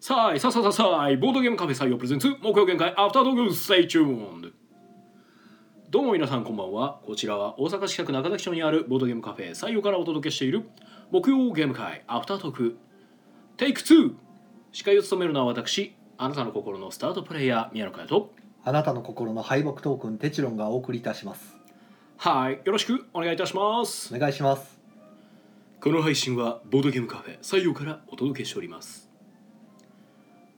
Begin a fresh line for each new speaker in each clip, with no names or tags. さあいさあさあさあいボードゲームカフェ採用プレゼンツ目標限界アフタートークステイチューンどうも皆さんこんばんはこちらは大阪市北区中崎町にあるボードゲームカフェ採用からお届けしている木曜ゲーム会アフタートークテイク2司会を務めるのは私あなたの心のスタートプレイヤー宮野佳代と
あなたの心の敗北トークンテチロンがお送りいたします
はいよろしくお願いいたします
お願いします
この配信はボードゲームカフェ採用からお届けしております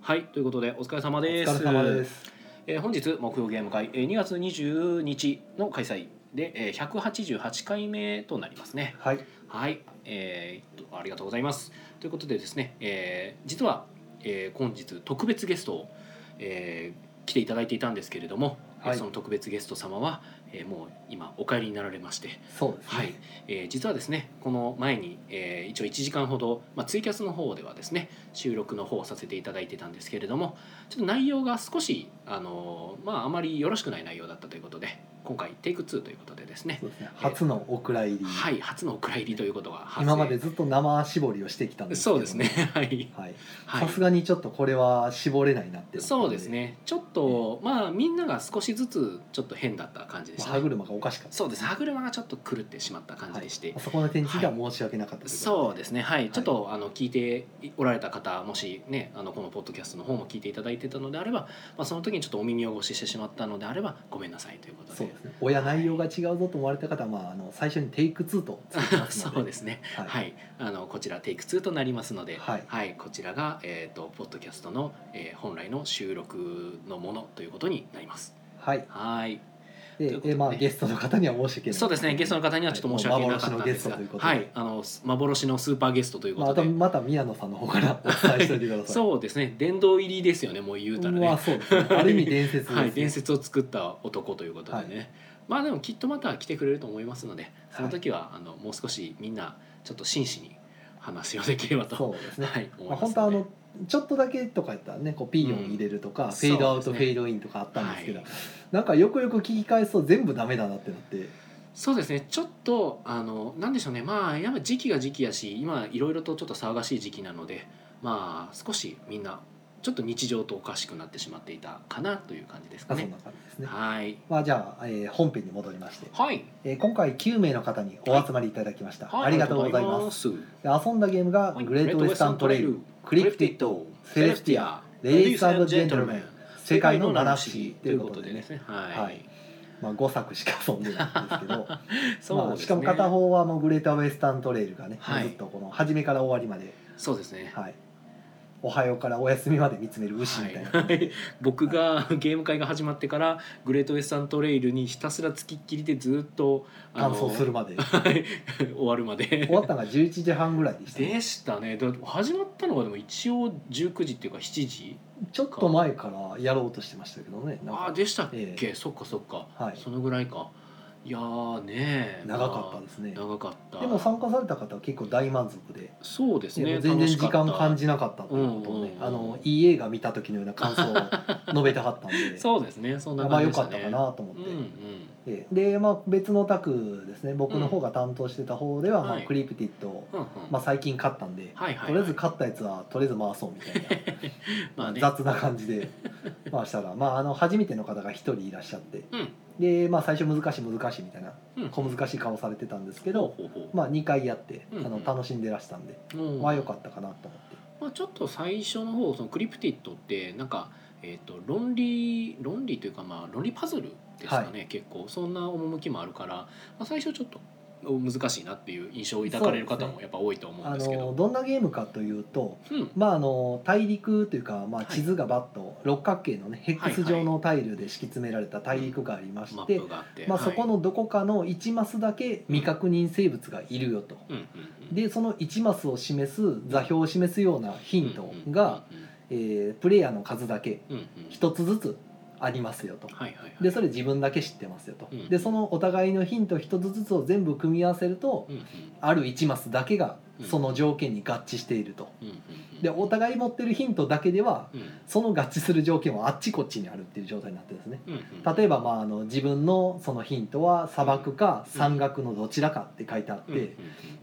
はいということでお疲れ様
お疲
で
れ
す
様です
えー本日木曜ゲーム会、えー2月20日の開催で、えー188回目となりますね
はい
はい、えーっとありがとうございますということでですね、えー実は、えー本日特別ゲストを、えー来ていただいていたんですけれども、えー
はい
その特別ゲスト様は、えーもう今お帰りになられまして
そうですね
はい、えー実はですねこの前に、えー一応1時間ほど、まあ、ツイキャスの方ではですね収録の方をさせていただいてたんですけれどもちょっと内容が少しあのーまああまりよろしくない内容だったということで今回テイク2ということでですね
そうですね初のお蔵入り、
はい初のお蔵入りということが発生
今までずっと生絞りをしてきたんですけ
そ
ど
うですね はい
はい
はい
さすがにちょっとこれは絞れないなって
そうですねちょっとまあみんなが少しずつちょっと変だった感じで
ま
し
あ
た、
歯
ね、
車がおかしかった
そうです歯車がちょっと狂ってしまった感じでして、
あそこの展示が申し訳なかったといこ
そう
と
で
です
ね、はい、ちょっとあの聞いておられた方、もしね、あのこのポッドキャストの方も聞いていただいてたのであれば、まあその時にちょっとお耳汚ししてしまったのであれば、ごめんなさいということ
そう
で
で。すね親内容が違うぞと思われた方は、まあ、あの最初にテイク2とつきますの で
そうですね、
はい
はい、あのこちらテイク2となりますので、
はい
こちらがえっ、とポッドキャストの、えー本来の収録のものということになります。
はい
はい。
で
ということで
えまあ、ゲストの方には申し訳ない
そうですね、ゲストの方にはちょっと申し訳なかったんですが、
はいもう幻のゲストというこ
はい、あ
とで
の幻のスーパーゲストというこ
まあ、あ
と
と
で、
また宮野さんの方 からお伝えしておいてください
そうですね、殿堂入りですよね、もう言うたらね。
まあそうですねある意味伝説です、ね
はい、伝説を作った男ということでね、まあでもきっとまた来てくれると思いますのでその時は、あのもう少しみんなちょっと真摯に話をできればと、
そうですね、
はい、思い
まあ、
ますの
本
で
当はあのちょっとだけとかやったらねこうピーヨン入れるとか、
うん
フェードアウ
そ
ト、
うですね
フェードインとかあったんですけど、
はい
なんかよくよく聞き返すと全部ダメだなってなって
そうですねちょっとあのなんでしょうねまあやっぱ時期が時期やし今いろいろとちょっと騒がしい時期なのでまあ少しみんなちょっと日常とおかしくなってしまっていたかなという感じです
あ
か
そん
ね。
な感じですね、
はい、
まあ、じゃあ、えー本編に戻りまして、
はい、
えー今回9名の方にお集まりいただきました、
はい
ありがとうございます
す。
で遊んだゲームが「グレートウェスタントレイル」クリプティッド
ド、
セレスティア、レディースジェントルメン、世界の七不思議ということでね、
ね。はい。
はいまあ、5作しか遊んでないんですけど、
そう
まあ、
ですね
しかも片方はもうグレートウェスタントレイルがね、
はい
ずっとこの初めから終わりまで
そうですね。
はい。おはようからお休みまで見つめる牛みたいな。
はい僕がゲーム会が始まってからグレートウェスタントレイルにひたすらつきっきりでずっとあ
乾
の
燥するまで。
はい終わるまで
終わったのが11時半ぐらいでしたね、
でしたね。だって始まったのがでも一応19時っていうか7時。
ちょっと前からやろうとしてましたけどね。なん
ああ
か
でしたっけ
え、
そっかそっか。
はい
そのぐらいか。いやーねー
長かったですね。
長かった。
でも参加された方は結構大満足で、
そうですね。
全然
楽
時
しかった
間感じなかったということを
うん
ね、
うんうん
あのいい映画見た時のような感想を述べてはったん で、
そうですね。そんな
ま
感
あ
じ
良
でし
か
た
っ
ね。
たかなと思っ
う
て。
んうん。
ででまあ、別のタクですね僕の方が担当してた方で
うん
は、まあ
はい
クリプティッドを、
うんうん。
まあ、最近買ったんで、
はいはいはい。
とりあえず勝ったやつはとりあえず回そうみたいな
まあね。
雑な感じ で回したら、まあ、あの初めての方が1人いらっしゃって
うん。
で、まあ、最初難しい難しいみたいな
うん。
小難しい顔されてたんですけど、
ほうほうほう
まあ、2回やってあ
うんう
の
ん
楽しんでらしたんで、
うん
まあ良かったかなと思って。
まあちょっと最初の方そのクリプティッドってなんかえっ、と論理論理というかまあ論理パズルですかね、結構そんな趣もあるから、まあ最初ちょっと難しいなっていう印象を抱かれる方
そうです
もやっぱ多いと思うん
あ
ですけ
の
ど。
どんなゲームかというと、
うん。
まあ、あの大陸というか、
は
まあ、
い
地図がバッと、六角形の、ね、ヘックス状のタイルで敷き詰められた大陸がありまして、
マップがあって。
まあ、
はい
そこ。のどこかの1マスだけ未確認生物がいるよと。
うんうんうん。
でその1マスを示す座標を示すようなヒントが、
うん
えープレイヤーの数だけ
うんうん。うんうん。
1つずつありますよと
はいはいはい。
でそれ自分だけ知ってますよと
うん
でそのお互いのヒント1つずつを全部組み合わせると
うんうん
ある1マスだけが
うん
その条件に合致していると
うんうんうん。
でお互い持ってるヒントだけでは
うん。
その合致する条件はあっちこっちにあるっていう状態になってるんですね
うんうん。
例えば、まあ、あの自分のそのヒントは砂漠か山岳のどちらかって書いてあって、
うんうんうん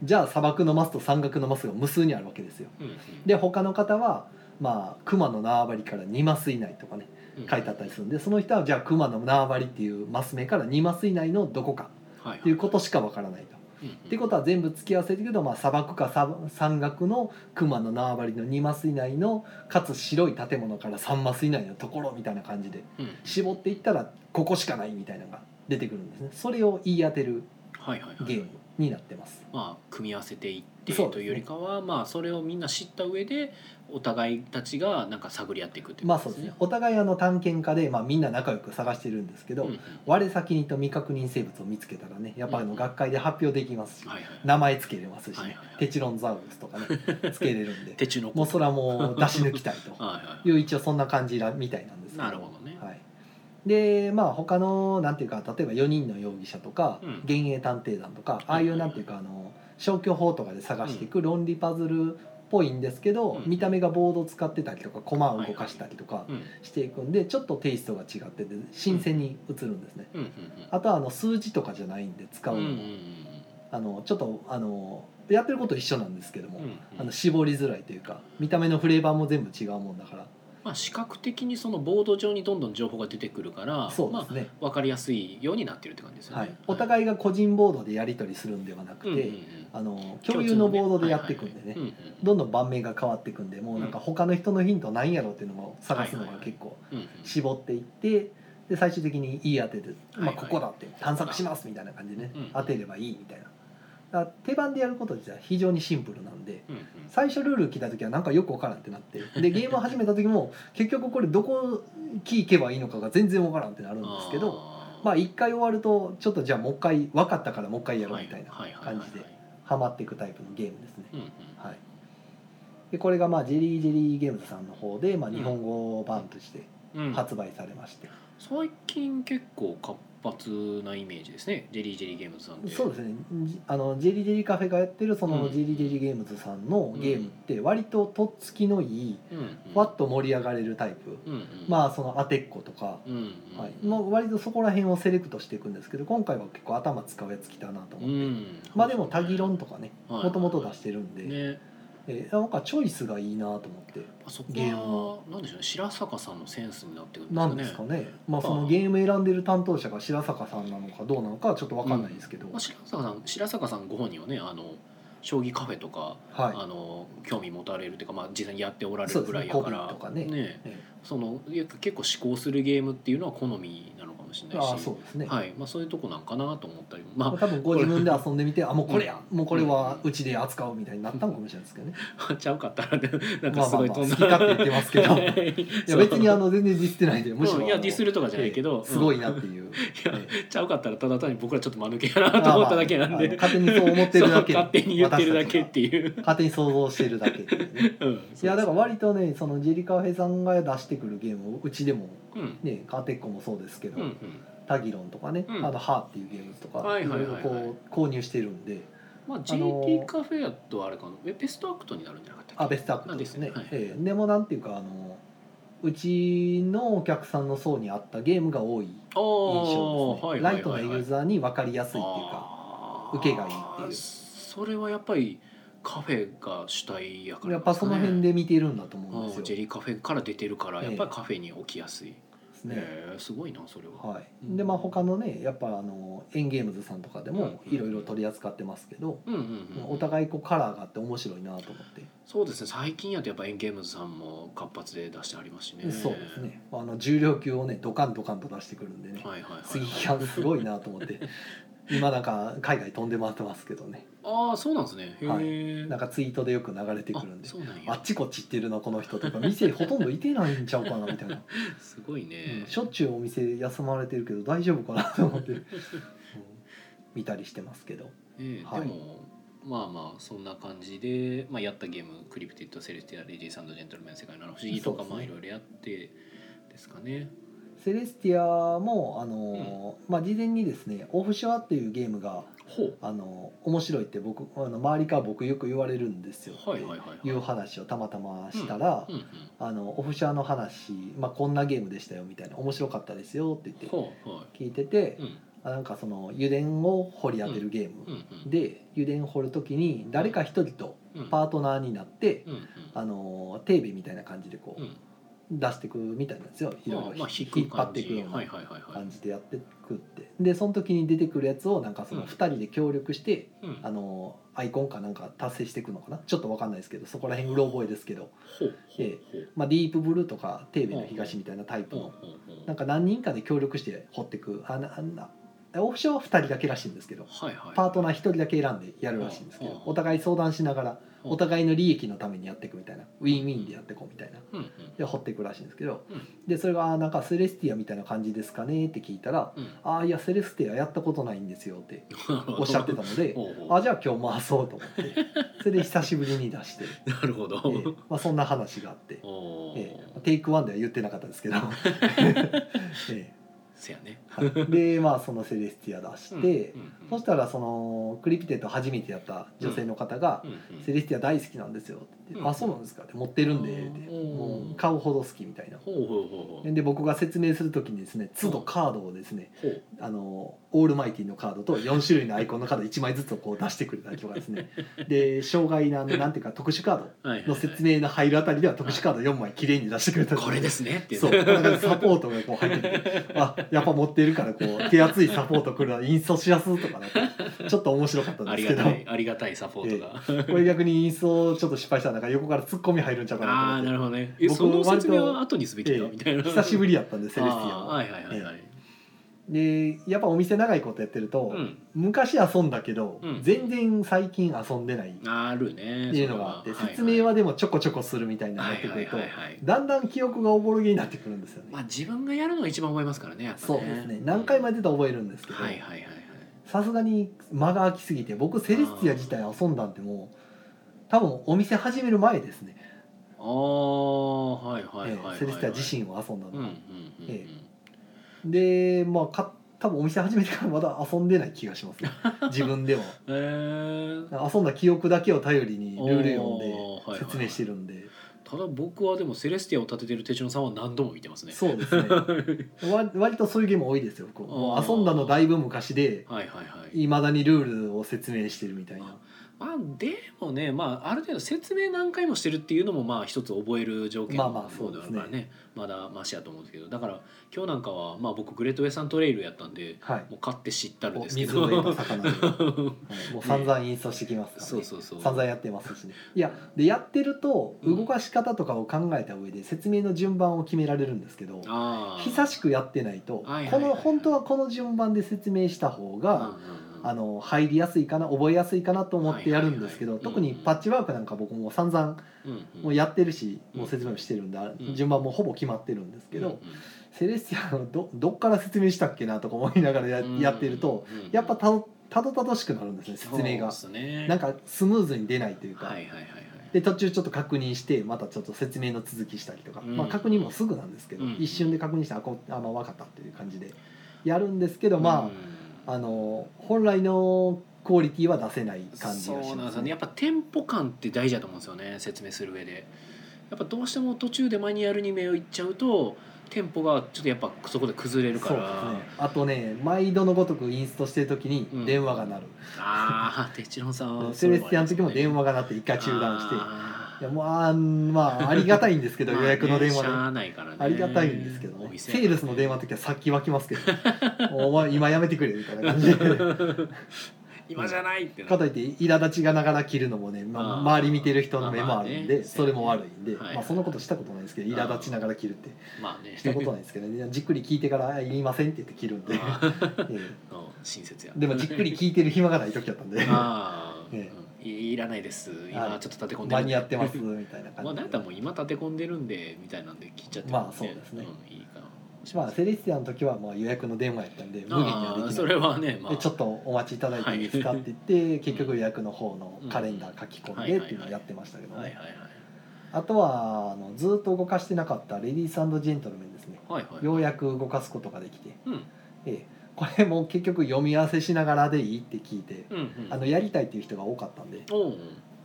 じゃあ砂漠のマスと山岳のマスが無数にあるわけですよ
うんうん
で他の方はまあ熊の縄張りから2マス以内とかね書いてあったりするんでその人はじゃあ熊の縄張りっていうマス目から2マス以内のどこか
はいはい
っていうことしかわからないと。
うん
っていうことは全部付き合わせていくと、まあ、砂漠かさ山岳の熊の縄張りの2マス以内のかつ白い建物から3マス以内のところみたいな感じで
うんうん
絞っていったらここしかないみたいなのが出てくるんですねそれを言い当てる
はいはいはい
ゲームになってます
まあ、組み合わせていって
そうですね
というよりかは、まあ、それをみんな知った上でお互いたちがなんか探り合っていくっていう
まあそうですねお互いあの探検家で、まあ、みんな仲良く探してるんですけど、
うんうん
我先にと未確認生物を見つけたらねやっぱりあの学会で発表できますし、
はいはい
名前つけれますし、ね
はいはいはい
テチロンザウルスとかねつけれる んで
手中の
もうそれはもう出し抜きたいと
はいはい
いう一応そんな感じらみたいなんですけ
なるほどね
はい、でまあ他のなんていうか例えば4人の容疑者とか、
うん
幻影探偵団とかああいうなんていうかあの消去法とかで探していく論理パズルっぽいんですけど、
うん
見た目がボードを使ってたりとか駒を動かしたりとか
うんうん
していくんで、ちょっとテイストが違ってて新鮮に映るんですね。
うんうん
あとはあの数字とかじゃないんで使う
うん
の
う
も、
ん
あのちょっとあのやってること一緒なんですけども、
うんうん
あの絞りづらいというか見た目のフレーバーも全部違うもんだから
まあ視覚的にそのボード上にどんどん情報が出てくるから
そうで
ます
ね、
あ、分かりやすいようになってるって感じですよね、
はい、お
い
互いが個人ボードでやり取りするんではなくて、
うんうんうん
あの共有のボードでやっていくんでね、
はいはいはいうんうん
どんどん盤面が変わっていくんでもうなんか他の人のヒントなんやろっていうのを探すのが結構
うんうん
絞っていってで最終的に言い当てて、
は
まあ、
いはい
ここだって探索しますみたいな感じでね
うん
当てればいいみたいな。だから手番でやること自体は非常にシンプルなんで
うんうん
最初ルール聞いた時はなんかよくわからんってなってでゲームを始めた時も結局これどこ聞けばいいのかが全然わからんってなるんですけど
あー
まあ一回終わるとちょっとじゃあもう一回分かったからもう一回やろうみたいな
はいはいはい
感
はい
じでハマっていくタイプのゲームですね。
うんうん
はい、でこれがまあジェリージェリーゲームズさんの方でまあ
うん
日本語版として
うん
発売されまして、
最近結構活発なイメージですねジェリージェリーゲームズさんで
そうですねじあのジェリージェリーカフェがやってるその
うん
ジェリージェリーゲームズさんのゲームって割ととっつきのいい
うんうん
わっと盛り上がれるタイプ、
うんうん
まあその当てっことか。
うんうん
はい、もう割とそこら辺をセレクトしていくんですけど今回は結構頭使うやつきたなと思
う
って、
ん
まあでも多義論とかねもともと出しててるんで、
ね
えーなんかチョイスがいいなと思って
あそ
ゲーム
こはなんでしょうね白坂さんのセンスになってくるん
なん
で
ですす
か
か
ね
ねまあそのゲーム選んでる担当者が白坂さんなのかどうなのかはちょっと分かんないですけど、
まあ白坂さん白坂さんご本人はねあの将棋カフェとか
は
あの興味持たれるっていうかまあ実際にやっておられ
そ
る
うで
ぐ
す
ら
ね
いやか
コ
ら
ピーとかねい、え
そのいや結構思考するゲームっていうのは好みなのかもしれ
え
ないし
ああそうですね、
はいまあ、そういうとこなんかなと思ったりもま
ま
あ
あ、多分ご自分で遊んでみてあもうこれやもうこれは
う
うちで扱うみたいになったのかもしれないですけどね、
ちゃうかったらねなんか
まあ
す
まあ
ごい
まあ好
飛ん
き
だ。
勝手言ってますけ どいや別にあ
の
の全然ディスってないでむしろ
いやディスるとかじゃないけど、
すご
い
いなっていう、
や
ええ
ちゃうかったらただ単に僕らちょっと間抜けやなと思っただけなん
まあまああの
で、
勝手にそう思ってるだけ
そう勝手に言ってるだけって
いう
いう、
勝手に想像してるだけっていうね
うん、
いやだから割とねそのジェリカフェさんが出してくるゲームをうちでも
うん
ねカーテッコもそうですけど、
うんうん
タギロンとかね、
うん
あのハーっていうゲームとか、
はいいはいはいはい
ろいろこう購入してるんで
まあ
あの
GT カフェやとあれかなえベストアクトになるんじゃなかったっけ
あベストアクトですね
あですねはい
ええでもなんていうかあのうちのお客さんの層に合ったゲームが多い印
あー
象ですね、
はい
ラ
はい
イトな
はい
ユ
はい
ーザーに分かりやすいっていうか
あー
受けがいいっていう
それはやっぱりカフェが主体やから
やっぱその辺で見てるんだと思うん
あ
です
ー
よ。
ジェリーカフェから出てるから
ええ
やっぱりカフェに置きやすい、
です
ね
ね
えすごいなそれは、
はい、でまあ他のねやっぱあのエンゲームズさんとかでも
うん
いろいろ取り扱ってますけど、
うんうんうん、
お互いこうカラーがあって面白いなと思って、
そうですね最近やとやっぱエンゲームズさんも活発で出してありますしね
そうですねあの重量級をねドカンドカンと出してくるんでね、
はいはいはい
杉木さんすごいなと思って今なんか海外飛んで回ってますけどね
ああそうなんですねへえ、
は
な
なんかツイートでよく流れてく
あ
るんで
そうなん
あっ
や
ちこっち行ってるなこの人とか店ほとんどいてないんちゃうかなみたいな、
すごい
うん
ね、
しょっちゅうお店休まれてるけど大丈夫かなと思って、うん見たりしてますけど
ええ
はい
でもまあまあそんな感じで、まあ、やったゲーム「クリプティッド・セレスティア・レディーサンド・ジェントルメン・世界の七不思議」とか
そう
まあ
ですね
いろいろやってですかね
セレスティアもあのー、まあ、事前にですねオフショアっていうゲームが
ほう
あのー面白いって僕あの周りから僕よく言われるんですよ
はい
っ
はいはいはい
ていう話をたまたましたら
うんうん
あのオフシャーの話、まあ、こんなゲームでしたよみたいな面白かったですよって言って
ほうは
聞いてて
い、うん
あなんかその油田を掘り当てるゲー
う
ム
んうん
で油田掘る時に誰か一人と
うん
パートナーになって、
うんうん
あのーテーベみたいな感じでこう、
うん
出してくみたいなんですよい
ま
ろ
あ
いろ
まあ
ひ
引
引っ
く
張っ
感
て
じ
いくよう
はい
な
はいはいはい
感じでやってくってでその時に出てくるやつをなんかその
うん
2人で協力して、
うん
あのーアイコンかなんか達成していくのかなちょっとわかんないですけどそこら辺うろ覚えですけど、
ほうほう
えまあ、ディープブルーとかテーベの東みたいなタイプ
ほう
の
ほうほうほう
なんか何人かで協力して掘ってくあなあんなオフションは2人だけらしいんですけど
はいはい
パートナー1人だけ選んでやるらしいんですけ
うんう
ど
ん
お互い相談しながら
うん
お互いの利益のためにやっていくみたいなウィンウィンでやっていこうみたいな
うんうん
で掘っていくらしいんですけど
うん
でそれがあなんかセレスティアみたいな感じですかねって聞いたら
うん
「ああいやセレスティアやったことないんですよ」っておっし ゃってたので
ほうほう
あじゃあ今日回そうと思って それで久しぶりに出して、
なるほど、
ええまあ、そんな話があって、
おー
ええテイクワンでは言ってなかったです けど。ええ
せやね
はいでまあそのセレスティア出して、
うんうんうん
そしたらそのクリピテと初めてやった女性の方が
うん
「
う
セ
ん
レスティア大好きなんですよ」って言って
うん
あそうなんですか」って「持ってるんで」って
うん
もう買うほど好き」みたいな。
ほうほうほうほう
で僕が説明する時にですね都度カードをですね
ほう
あのオールマイティのカードと4種類のアイコンのカード1枚ずつをこう出してくれたりとかですねで障害ななんていうか特殊カ
は
ー
いはいはい
ドの説明の入るあたりでは特殊カード4枚きれいに出してくれたりと
こ
か
れですねっていう
そうなんかサポートがこう入ってきてあやっぱ持ってるからこう手厚いサポート来るなインストしやすとかなんかちょっと面白かったん
あ
で
り
すけ
が
ど
たいありがたいサポートが、
これ逆にインストちょっと失敗したらなんか横からツッコミ入るんちゃうか
あ
な
あ
と
な
思
る
っ
ほどねえ
僕
その説明
割
は
と
後にすべき
て、
だ、
え
みたい
え
な
久しぶりやったんでセレスティ
あー
アも
はいはいはいはい、
でやっぱお店長いことやってると、
うん
昔遊んだけど、
うん
全然最近遊んでないっ
あるね
ていうのがあって、
それ
説明はでもちょこちょこするみたいになってくると、
はいはいはいはい
だんだん記憶がおぼろげになってくるんですよね、
まあ自分がやるのが一番覚えますからねやっぱね
そうですね何回もやってたら覚えるんですけど
はいはいはいはい
さすがに間が空きすぎて僕セレスティア自体遊んだんてもう多分お店始める前ですね、
ああはいはいはいはい、は
え
い、
ーセレスティア自身を遊んだの、
うんうんうんうん、
えでまあか多分お店始めてからまだ遊んでない気がしま すね自分では
えー
遊んだ記憶だけを頼りにルール読んで
おーはいはいはい
説明してるんで、
ただ僕はでもセレスティアを立ててる手順さんは何度も見てますね
そう ですね割割とそういうゲーム多いですよ僕も
あ
う
ー
遊んだのだいぶ昔で
はいはいはい
いまだにルールを説明してるみたいな
まあでもね、まあ、ある程度説明何回もしてるっていうのもまあ一つ覚える条件
まあまあ
の方ではあるから
そうで
ね,、まだマシやと思うんですけどだから今日なんかは、まあ、僕グレートウェスタントレイルやったんで
はい
もう買って知ったる
お
ですけ
水
ど
の上の 魚で、はいもう散々インストしてきますから、ね
そうそうそう
散々やってますしねいやでやってると
うん
動かし方とかを考えた上で説明の順番を決められるんですけど
ああ
久しくやってないと
はいはい
こ
はい
の本当はこの順番で説明した方が、あ
の
の入りやすいかな覚えやすいかなと思ってやるんですけど、
はいはいはい
特にパッチワークなんか僕もう散々もうやってるし、
うん
もう説明もしてるんだ、
うん
順番もほぼ決まってるんですけど、セレスティアのどどっから説明したっけなとか思いながらや,、やってるとやっぱたどたどたどしくなるんですね説明が、
そうですね
なんかスムーズに出ないというか、
はいはいはいはい
で途中ちょっと確認してまたちょっと説明の続きしたりとか、
うん
まあ、確認もすぐなんですけど、
うん
一瞬で確認してあこあまあ分かったっていう感じでやるんですけどまあ、
あ
あの本来のクオリティは出せない感じが
そ
し
うなん
ま
です
す
よねやっ。
ね
ぱテンポ感って大事だと思うんですよね説明する上でやっぱどうしても途中でマニュアルに目をいっちゃうとテンポがちょっとやっぱそこで崩れるか
そう
ら
ですね。あとね、毎度のごとくインストしてる時
うん
に電話が鳴る。
ああテチロンさんは
セレスティアの時も電
話
話が鳴って一回中断して、い
て
やもうあーまあありがたいんです けど予約の電話で。
ないからね
ありがたいんですけどね
お。店
セールスの電話の時は先湧きますけ ど、もうお前今やめてくれみたいな感じで。
今じゃないってな
かといって苛立ちがながら切るのもね、まあ、
あー
周り見てる人の目もあるんで、
まあね
それも悪いんで、
はい
まあそんなことしたことないですけど、苛立ちながら切るって
まあね
したことないですけどねじっくり聞いてからあ「言いません」って言って切るんで、
あー
え
の親切や
えでもじっくり聞いてる暇がない時だったんで
ああ、
え
うんいいらないです今ちょっと立て込んで
間に合ってます
ま
みたいな
あ
感
なん
じ
やった
で
らもう今立て込んでるんでみたいなんで聞いちゃって
まあそうですね
うん、いいかもし
ま
ま
あ
せん
セレスティアの時はまあ予約の電話やったんで無限にはで
あー
き
そ
ない
れはねまあ
でちょっとお待ちいただいていいですかって言って、結局予約の方のカレンダー書き込んでっていうのをやってましたけどね、
はいはいはい
あとはあのずっと動かしてなかったレディースジェントルメンですね
はいはい
ようやく動かすことができて、
うん
ええこれも結局読み合わせしながらでいいって聞いて、
うんうん
あのやりたいっていう人が多かったんで
おう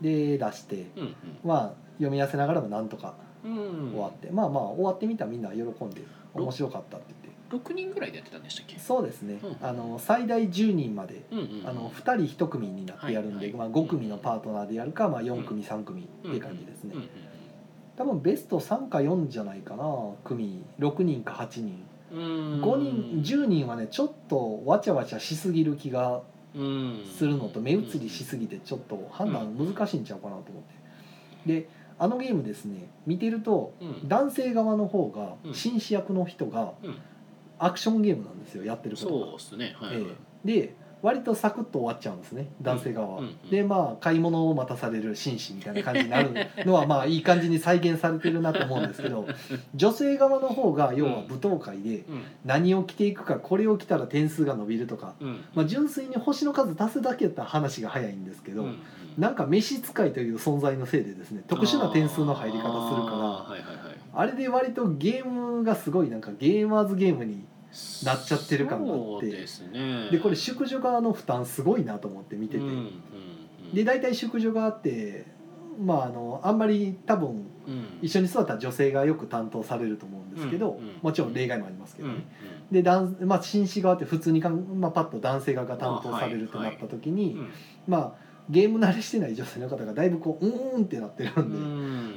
で出して
うん
まあ読み合わせながらもなんとか
うんうん
終わって、まあまあ終わってみたらみんな喜んで面白かったって言って
6人ぐらいでやってたんでしたっけ
そうですね、
うん
あの最大10人まで、
うんうん
あの2人1組になってやるんで、
はいはい
まあ、5組のパートナーでやるか、まあ、4組3組って感じですね、
うんうん
多分ベスト3か4じゃないかな組6人か8人
うん
5人10人はねちょっとわちゃわちゃしすぎる気が
うん
するのと目移りしすぎてちょっと判断難しいんちゃうかなと思ってであのゲームですね見てると
うん
男性側の方が
うん
紳士役の人が
うん
アクションゲームなんですよやってることが
そうですねはい、
ええで割とサクッと終わっちゃうんですね男性側は、
うんうん
でまあ買い物を待たされる紳士みたいな感じになるのは まあいい感じに再現されてるなと思うんです けど女性側の方が要は舞踏会で
うん
何を着ていくかこれを着たら点数が伸びるとか、
うん
まあ、純粋に星の数足すだけやったら話が早いんですけど、
うん
なんか召使いという存在のせいでですね特殊な点数の入り方するから
あーはいはいはい
あれで割とゲームがすごいなんかゲーマーズゲームになっちゃってる感があって
そうですね
でこれ宿女側の負担すごいなと思って見てて、
うんうんうん、
で大体宿女側ってまああのあんまり多分
うん
一緒に座った女性がよく担当されると思うんですけど、
うんうん
もちろん例外もありますけ
う
ど
ん
ね、
うん
で男まあ紳士側って普通にかん、まあ、パッと男性側が担当されるとなった時に、
うん
まあゲーム慣れしてない女性の方がだいぶこううーんってなってるんで、
うん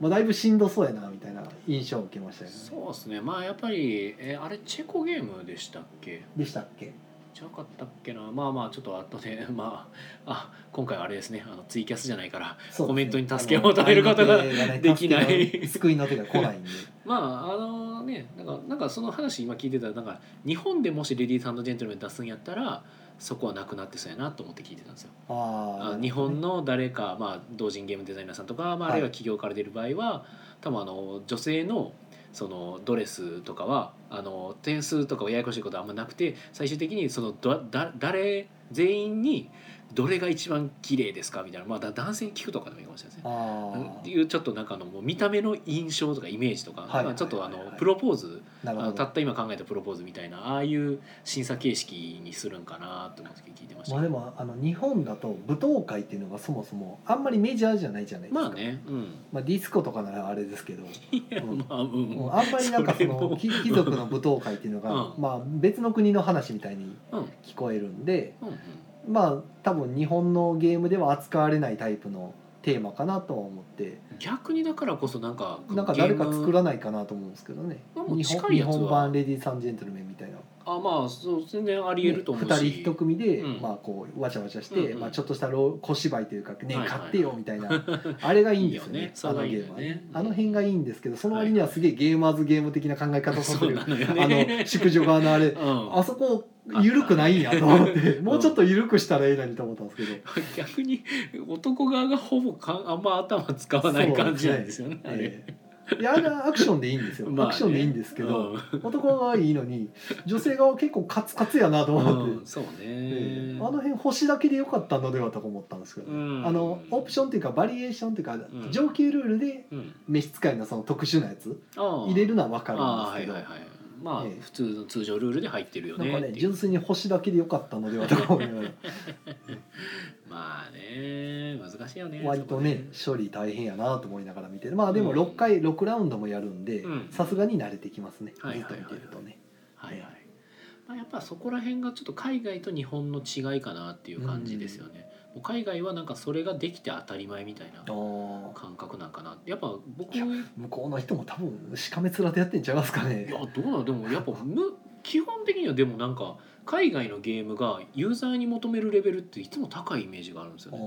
まあ、だいぶしんどそうやなみたいな印象を受けましたよね。
そうですねまあやっぱり、えーあれチェコゲームでしたっけ
でしたっけ
じゃなかったっけなまあまあちょっとあとで まああ今回はあれですねあのツイキャスじゃないから
そうですね
コメントに助けを求めることが
あの相手がね
できない
助けの救いの手が来ないんで
まああのねなんかなんかその話今聞いてたらなんか日本でもしレディースジェントルメン出すんやったらそこはなくなってそうやなと思って聞いてたんですよ。
あ
あ
あ
日本の誰か、まあ、同人ゲームデザイナーさんとか、まあ、
はい
あるいは企業から出る場合は、多分あの女性のそのドレスとかはあの点数とかはややこしいことはあんまなくて最終的にそのどだ誰全員にどれが一番綺麗ですかみたいな、まあ、だ男性に聞くとかでもいいかもしれないですね。
あ
って
ー
いうちょっとなんかあのもう見た目の印象とかイメージとか、
はいはいはいはい
まあちょっとあのプロポーズ
な
あ
る
の
ほ
た
ど
った今考えたプロポーズみたいなああいう審査形式にするんかなと思って聞いてました
まあ
け
で
ど。
もあの日本だと舞踏会っていうのがそもそもあんまりメジャーじゃないじゃないですか、
まあね、うん、
まあディスコとかならあれですけど、うん
まあ、うん、
もうあんまりなんかそ
それも
の貴貴族の舞踏会っていうのが、
うん
まあ別の国の話みたいに
うん、
聞こえるんで
うん、
まあ多分日本のゲームでは扱われないタイプのテーマかなとは思って
逆にだからこそなんか
なんか誰か作
ら
らないかなと思うんですけどね
まあもう
日
近
本
い
日
やつは
本版「レディー・サン・ジェントルメン」みたいな
あまあそう全然ありえ
二
ると思うし、
人一組で、
うん
まあこうわちゃわちゃして、
うんうん
まあ、ちょっとしたロ小芝居というか「ね
はいはい
買ってよ」みたいな、あれがいいんですよね
いいよねそ
あ
れ
の
がいい
ゲ
んだよ
ームは
ね
ねあの辺がいいんですけどその割にはすげえゲーマーズゲーム的な考え方させ
そう
る、
なのよ
あ の
ね
宿女側のあれ
うん
あそこ緩くないんやと 思ってもうちょっと緩くしたらええなにと思ったんですけど、
逆に男側がほぼかあんま頭使わない感じなんですよねあれ
ええいやあれはアクションでいいんですよ、
まあね
アクションでいいんですけど、
うん
男側はいいのに女性側は結構カツカツやなと思って、
うんそうね、
ええあの辺星だけでよかったのではとか思ったんですけど、
うん
あのオプションっていうかバリエーションっていうか、
ん
上級ルールで
うん、
召使いのその特殊なやつ
入
入れるのは分か
あ
る
あ
ん
は
で
い
すけど、
はいはいまあ、
ええ
普通の通常ルールで入ってるよね
なんかね
っていう
純粋に星だけでよかったのではとか思 いながら
まあね難しいよね
割とね処理大変やなと思いながら見てまあでも6回6ラウンドもやるんで
うん
さすがに慣れてきますねず
はい
っ
はい
と
はい
見てるとね。
はいはい、まあ、やっぱそこら辺がちょっと海外と日本の違いかなっていう感じですよね、もう海外はなんかそれができて当たり前みたいな
あー
感覚なんかなやっぱ僕
い
い
や
や
向こうの人も多分しかめ面でやってんちゃいますかね。
どうなのでもやっぱむ基本的にはでもなんか海外のゲームがユーザーに求めるレベルっていつも高いイメージがあるんですよ
あ
ね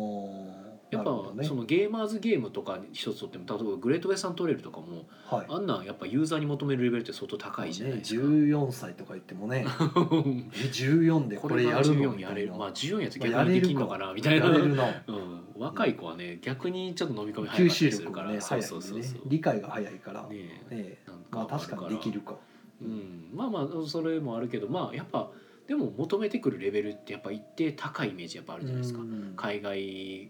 ー
や
な
っ
る
ぱ
ほどね
そのゲーマーズゲームとか一つとっても例えばグレートウェスタントレールとかも
はい
あんなんやっぱユーザーに求めるレベルって相当高いじゃないですか。
ね、14歳とか言ってもね え14で こ
これ
れや
や
る
る
の
の
み
や
た
れ
い
る
な、
まあ14やつ
まあや
逆
れ
に
る
できん
か
のかなみたい
や
な、
れる な
うん、若い子はね逆にちょっと飲み込み早か
吸
った
収
りする
力
か
も
ら、
ね
そ
早
う
いし
そうそう
ね
そう
理解が早いから、え
ねえ
え
なんか
まあ確かにできるか
うん、まあまあそれもあるけどまあやっぱでも求めてくるレベルってやっぱ一定高いイメージやっぱあるじゃないですか
うん
海外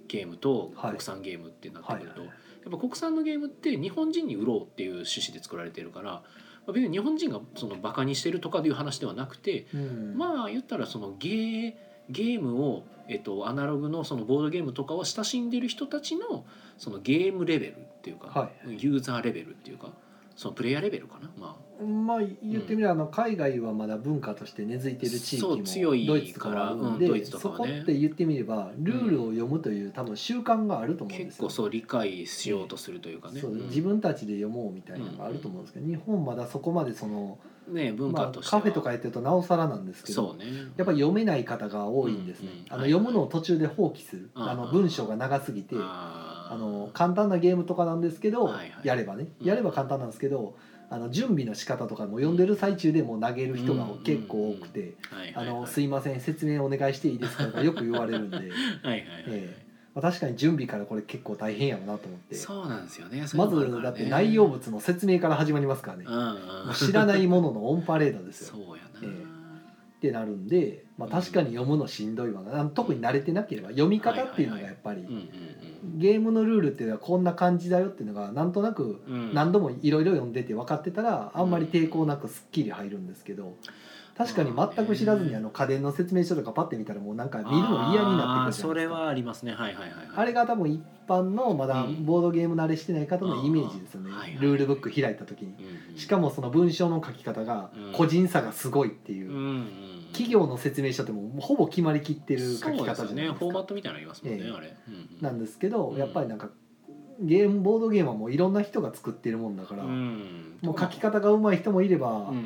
ゲームと
はい
国産ゲームってなって
は
く
い
ると、やっぱ国産のゲームって日本人に売ろうっていう趣旨で作られてるから、まあ別に日本人がそのバカにしてるとかいう話ではなくて、
うん
まあ言ったらそのゲーゲームを、えっと、アナログのそのボードゲームとかを親しんでる人たちのそのゲームレベルっていうか、
は
ユーザーレベルっていうかそのプレイヤーレベルかな、まあ、
まあ言ってみれば、あの海外はまだ文化として根付いてる地域も
そう強い
ドイツとかはあるんで、
からうんドイツとか
そ
は
こ
ね
って言ってみればルールを読むという多分習慣があると思うんです
結
よ、
構そう理解しようとするというかね,
そう
うん、
自分たちで読もうみたいなのがあると思うんですけど、日本まだそこまでその、
ね文
ま
化
あ、
として
カ
は、
フェとかやってるとなおさらなんですけど
そうね
やっぱり読めない方が多いんですね、
うんうん
あの
はい
読むのを途中で放棄する、
うん
あの文章が長すぎて、
あー
あの簡単なゲームとかなんですけど、
はいはい
やればね
うん
やれば簡単なんですけど、あの準備の仕方とかも読んでる最中でもう投げる人が
うん
結構多くて。
はい
あ
はいはい
のすいません説明お願いしていいですかとかよく言われるんで、
はいはいはい、
えまあ、確かに準備からこれ結構大変やろなと思って、
そうなんですよね
まずだって内容、物の説明から始まりますからね
そういうのもあるね、うんう
も
ん、
う知らないもののオンパレードですよ
そうやな、
えってなるんで、まあ、確かに読むのしんどいわなあの特に慣れてなければ読み方っていうのがやっぱり、
うん
ゲームのルールっていうのはこんな感じだよっていうのがなんとなく
うんうん
何度もいろいろ読んでて分かってたらあんまり抵抗なくすっきり入るんですけど確かに全く知らずにあの家電の説明書とかパッて見たらもうなんか見るの嫌になってくるじゃない
あー
ですか
それはありますねはいはいはいはい
あれが多分一般のまだ
うん
ボードゲーム慣れしてない方のイメージですよね
あーはいはい
ルールブック開いた時に
うん
しかもその文章の書き方が
うん
個人差がすごいっていうう、
んうん、
企業の説明書ってもうほぼ決まりきってる書き
そうで
方
す
じゃ
よね
ないです
フォーマッ
か
トみたいなのありますもんね、
ええ
あれ、うんうん、
なんですけど
うん
やっぱりなんかゲームボードゲームはもういろんな人が作ってるもんだから、
うん、
もう書き方が上手い人もいれば
うん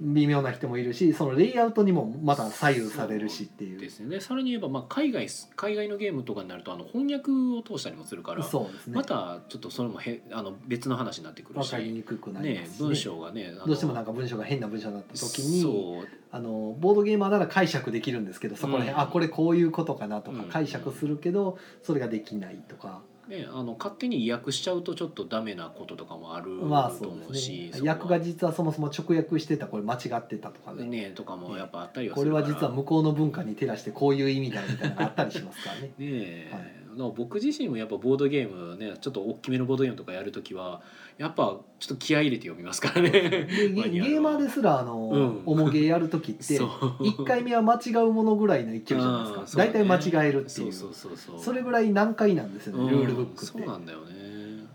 微妙な人もいるしそのレイアウトにもまた左右されるしっていう
ですねでさらに言えば、まあ、海外す海外のゲームとかになるとあの翻訳を通したりもするから、
そうですね
またちょっとそれもへあの別の話になってくる
分
し
かりにくくなりま
ね
すし
文章がねあの
どうしてもなんか文章が変な文章になった時に
そう
あのボードゲーマーなら解釈できるんですけどそこら辺、
うん
あこれこういうことかなとか
うん
解釈するけどそれができないとか、
ね、あの勝手に訳しちゃうとちょっとダメなこととかもある
まあ
と
そ
思
う
う
ですね
し、そこは
役が実はそもそも直訳してたこれ間違ってたとかね
ねとかもやっぱあったりは
こ
す
れ
るから。
は実は向こうの文化に照らしてこういう意味だみたいなのがあったりしますからね
ねえ、
はい
だから僕自身もやっぱボードゲームねちょっと大きめのボードゲームとかやるときはやっぱちょっと気合い入れて読み ますからね。
でゲ
マニ
ゲ
ュアルは
ーマーですらあの、
うん
おもげやる時って
そう
1回目は間違うものぐらいの勢いじゃないですか大体、間違えるっていうそ
そうそうそうそう
れぐ
い
らい難解なんですよね、ルールブックって
そうなんだよね。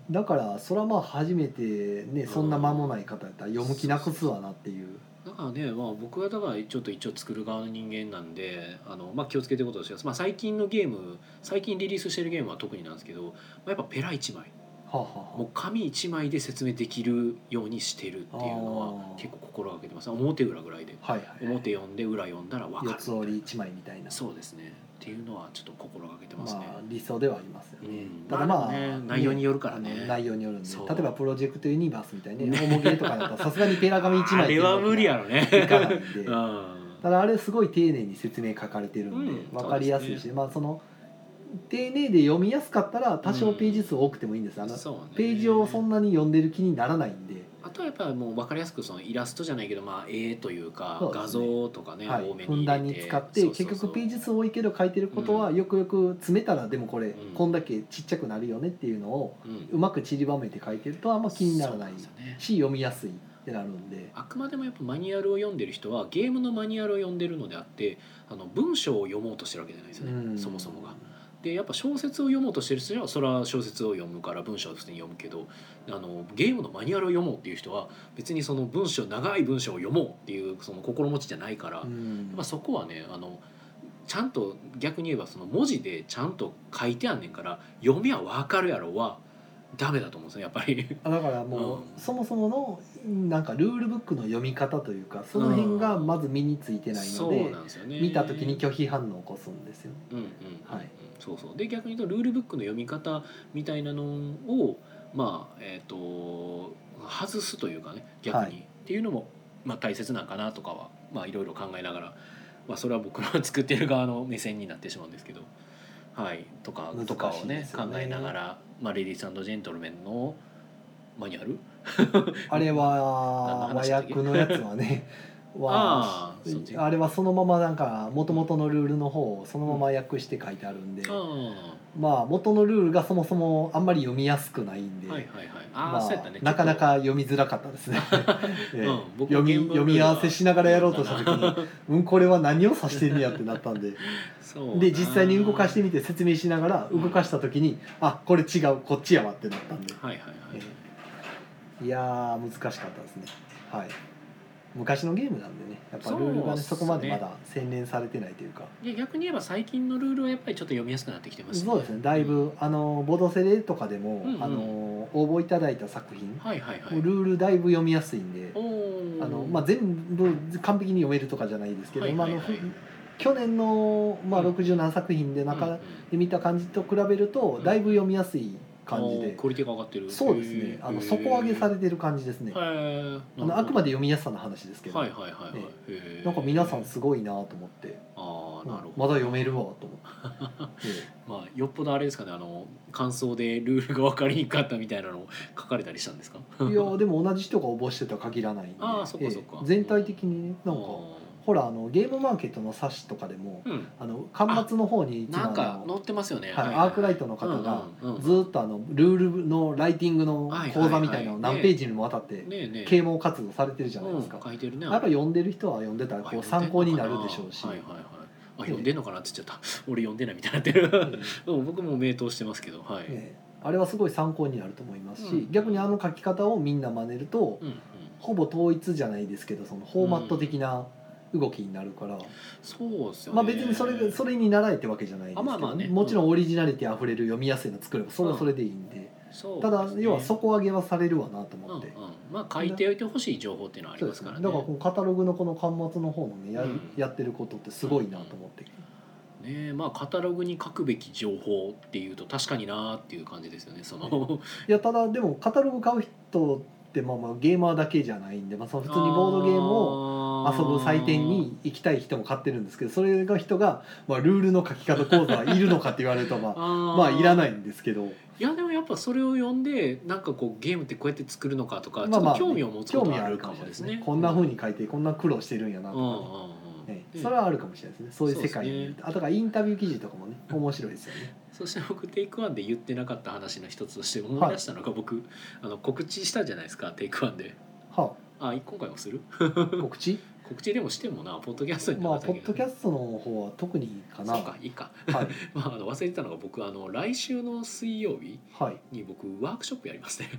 だからそれはまあ初めてねそんな間もない方やったら読む気なくすわなっていう
だからね、まあ、僕はだからちょっと一応作る側の人間なんであの、まあ、気をつけてることですけど、まあ、最近のゲーム最近リリースしてるゲームは特になんですけど、まあ、やっぱペラ1枚
はあ、はあ
もう紙1枚で説明できるようにしてるっていうの
あ
は
ー
結構心がけてます表裏ぐらいで
はあ、はいはい
表読んで裏読んだら分
四
かる
つ折り1枚みたいな
そうですねっていうのはちょっと心がけて
ま
ますね、
あ理想ではありますよ
う
ね、
ん、
ただまあ、
でもね内容によるから
あ
ね
の内容によるんで
そう
例えばプロジェクトユニバースみたいに
ね
ね重げとかだとさすがにペラ紙1枚
あれは無理やろね
いかないんで
うん
ただあれすごい丁寧に説明書かれてるんで
うん
分かりやす
そう
い
で
し、
す
まあその丁寧で読みやすかったら多少ページ数多くてもいいんです、あの
そうね
ページをそんなに読んでる気にならないんで、
あとはやっぱりもう分かりやすくそのイラストじゃないけどまあ絵というか
そうですね
画像とかね
はい
多め、
ふ
に
んだん
入れ
に
て
使って
そうそうそう
結局ページ数多いけど書いてることはよくよく詰めたらでもこれ、
ん
こんだけちっちゃくなるよねっていうのを
うん
うまく散りばめて書いてるとあんま気にならな
そうな
い
んですよね
し読みやすいってなるんで
あくまでもやっぱマニュアルを読んでる人はゲームのマニュアルを読んでるのであってあの文章を読もうとしてるわけじゃないですよね、
うん
そもそもが。でやっぱ小説を読もうとしてる人はそれは小説を読むから文章を普通に読むけどあのゲームのマニュアルを読もうっていう人は別にその文章長い文章を読もうっていうその心持ちじゃないから、
う
や
ん
っぱそこはねあのちゃんと逆に言えばその文字でちゃんと書いてあんねんから読みは分かるやろはダメだと思うんですよねやっぱり。
だからもう、
うん
そもそものなんかルールブックの読み方というかその辺がまず身についてないの
そ
で、
うなんですよね
見た時に拒否反応を起こすんですよね。
うんうん
はい
そうそうで逆に言うとルールブックの読み方みたいなのをまあえっ、と外すというかね逆に、
はい
っていうのも、まあ、大切なんかなとかはまあいろいろ考えながら、まあ、それは僕の作ってる側の目線になってしまうんですけど、はい、とか、
難しいですよね
とかをね考えながら、まあ、レディースジェントルメンのマニュアル
あれ
何の
は和
話だっけ
訳のやつはねは
あーそっち
あれはそのままなんか元々のルールの方をそのまま訳して書いてあるんで、
あ
まあ元のルールがそもそもあんまり読みやすくないん
あ
で、
はいはいはいあー、
まあ
そうやったね
なかな
ちょっ
か読みづらかったで すね。え
と、
え
うん、僕
読
も
み
原文
読み合わせしながらやろうとした時
読んだな
にうんこれは何を指してんねやってなったんで
そうな
で実際に動かしてみて説明しながら動かした時にあこれ違うこっちやわってなったんで
はいはいはい、
えいやー難しかったですねはい昔のゲームなんでねやっぱルール
そ
が
うっ
ね
すね
そこまでまだ洗練されてないというか
いや逆に言えば最近のルールはやっぱりちょっと読みやすくなってきてます
そうですねだいぶ、あのボードセレとかでも、
うんうん
あの応募いただいた作品、
はいはいはい
ルールだいぶ読みやすいんで、
お
あのまあ、全部完璧に読めるとかじゃないですけど、
はいはいはい
まあ、あのふ去年の、まあ、
うん
60何作品で
あ
中で見た感じと比べると、
うん
だいぶ読みやすい感じで、
クオリティが上がってる
そうですねあの底上げされてる感じですね、
へー
あのあくまで読みやすさの話ですけど、
はいはいはいはい
ね
へー
なんか皆さんすごいなと思って、
ああなるほど
まだ読めるわと思 って、ええ
まあよっぽどあれですかねあの感想でルールが分かりにくかったみたいなのを 書かれたりしたんですか
いやでも同じ人が応募してとは限らないんで
あーそっかそっか
ええ全体的にねなんか
あー
ほらあのゲームマーケットの冊子とかでも
うん
あの端末の方に一
なん
番あ
か
の
載ってますよね
はいアークライトの方が
うんうんうん
ずーっとあのルールのライティングの講座みたいなのを何ページにもわたって
ねえねえ
啓蒙活動されてるじゃないですか
うん、。書いてるね
やっぱ読んでる人は読んでたらこう参考になるでしょうし
あ。読んでんのかなはいはいはいあ読んでんのかなって言っちゃった 俺読んでないみたいになってるうん僕も名答してますけどはい、
ええあれはすごい参考になると思います
う
し
ん
逆にあの書き方をみんな真似ると
うんうん、
ほぼ統一じゃないですけどそのフォーマット的な動きになるから
そうですよね
まあ別にそれそれに習えってわけじゃないですけ
あまあまあね
どもちろんオリジナリティあふれる読みやすいの作ればそれはそれでいいんで
そうです
た
ね
だ要は底上げはされるわなと
うん
思
う
っ
ん
て。
まあ書いておいてほしい情報っていうのはあり
そう
ま
ですす
か
ね、
ら
だ
ね
からこのカタログのこの端末の方のねや,、
うん
やってることってすごいなと思って、
ねまあカタログに書くべき情報っていうと確かになーっていう感じですよねその、
いやただでもカタログ買う人ってまあまあゲーマーだけじゃないんで、まあ、その普通にボードゲームを遊ぶ祭典に行きたい人も買ってるんですけどそれが人が、まあ、ルールの書き方講座はいるのかって言われるとまあ
あ
まあいら
い
ないんですけど
いやでもやっぱそれを読んでなんかこうゲームってこうやって作るのかとかち
ま
ょ
あま
っ
あ
と興味を持つこ
興
と
味
はあ
あ
る
る
か
か
も
もし
で
れないですすね
ね
こんな風に書いてこんな苦労してるんやな
う
と
んうんうん
か、
うん
ね
で
それはあるかもしれないですねそういう世界
そう
に、
ですね
あとからインタビュー記事とかもね面白いですよね
そして僕テイクワンで言ってなかった話の一つとして思い出したのが僕、あの告知したじゃないですかテイクワンで
は
あ今回もする
あ告知
告知でもしてもなポッドキャストに
まあ、
流れ
ポ
た
ッドキャストの方は特にいいかな。
そうかいいか、
はい。
まあ、あの忘れてたのが僕あの来週の水曜日
はい。
に僕ワークショップやりますね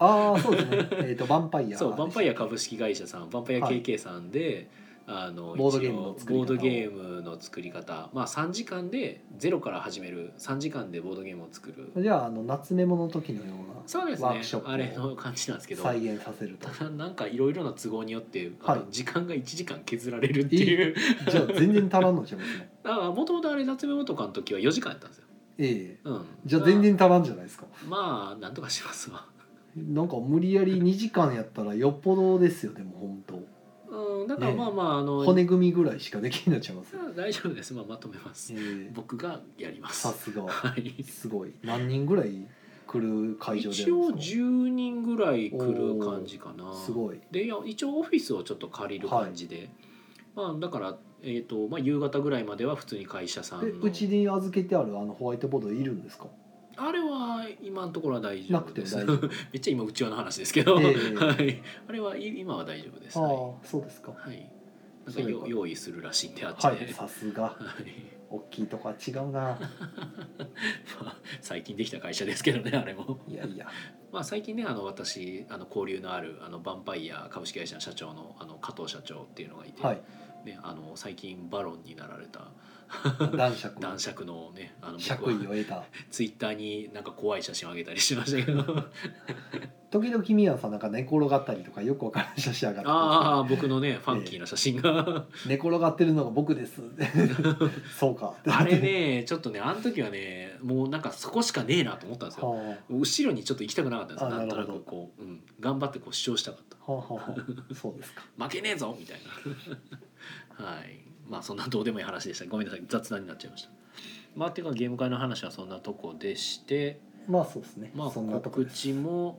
ああ、そ うですね。えっ、と、ヴァンパイア、
そうヴァンパイア。株式会社さんヴァンパイア KK さんで、あの
ボードゲームの
一
作
応ボ
り方を
ードゲームの作り方まあ3時間でゼロから始める3時間でボードゲームを作る
じゃあ、あの、夏メモの時のよ
そうです
ワークショ
ね
ップ
あれの感じなんです
う
け
な
ど
再現させると
た。だなんかいろいろな都合によって、あの
はい
時間が1時間削られるっていう
じゃあ、全然足らんのちゃいますね。
もともと あれ夏目元監の時は4時間やったんですよ、
ええ
うん、
じゃあ、全然足らんじゃないですか。
まあなんとかしますわ
なんか、無理やり2時間やったらよっぽどですよ、でも、本当
うんだから
ねえ
まあまああの、
骨組みぐらいしかできんのちゃいます。
大丈夫です、まあ、まとめます
ええ
僕がやります
さすが。
はい
すごい。何人ぐらい来る会場でや
一
る
応
んですか
10人ぐらい来る感じかな
すごい。
でいや一応オフィスをちょっと借りる感じで、まあだから、えーとまあ、夕方ぐらいまでは普通に会社さん
え、
の
うちに預けてあるあのホワイトボードいるんですか
あれは今のところは大丈
な
夫
くて
で
も
す
大丈夫。
めっちゃ今うちわの話ですけど、
ええ
はい、あれはい今は大丈夫です。は
ああそうですか
い。はい、なん
そ
か
ういう
よ
こと
用意するらしいんであっちで。
は
はい
いさすが大きいとこは違う な
まあ最近できた会社ですけどねあれも、
いやいや
まあ、最近ねあの私あの交流のあるあのバンパイア株式会社の社長のあの加藤社長っていうのがいて、
はい
ね、あの最近バロンになられ た
男爵
男爵のねあの僕
爵位を
は
得た
ツイッターになんか怖い写真を上げたりしてましたけ ど
時々ミヤさんなんか寝転がったりとかよくわからない写真上がってま
ああ僕のねファンキーな写真が。
す寝転がってるのが僕 ですそうか
あれねちょっとねあの時はねもうなんかそこしかねえなと思ったんですよ
は
後ろにちょっと行きたくなかったんですよ
あ
なんとな
な
く
るほど
こう、うん、頑張ってこう主張したかっ
あはあはあはあそうですか
た負けねえぞみたいな はいまあそんなどうでもいい話でしたごめんなさい雑談になっちゃいましたまあっていうかゲーム会の話はそんなとこでして
まあそうですね、
まあ
そんなとこ
告
です
知も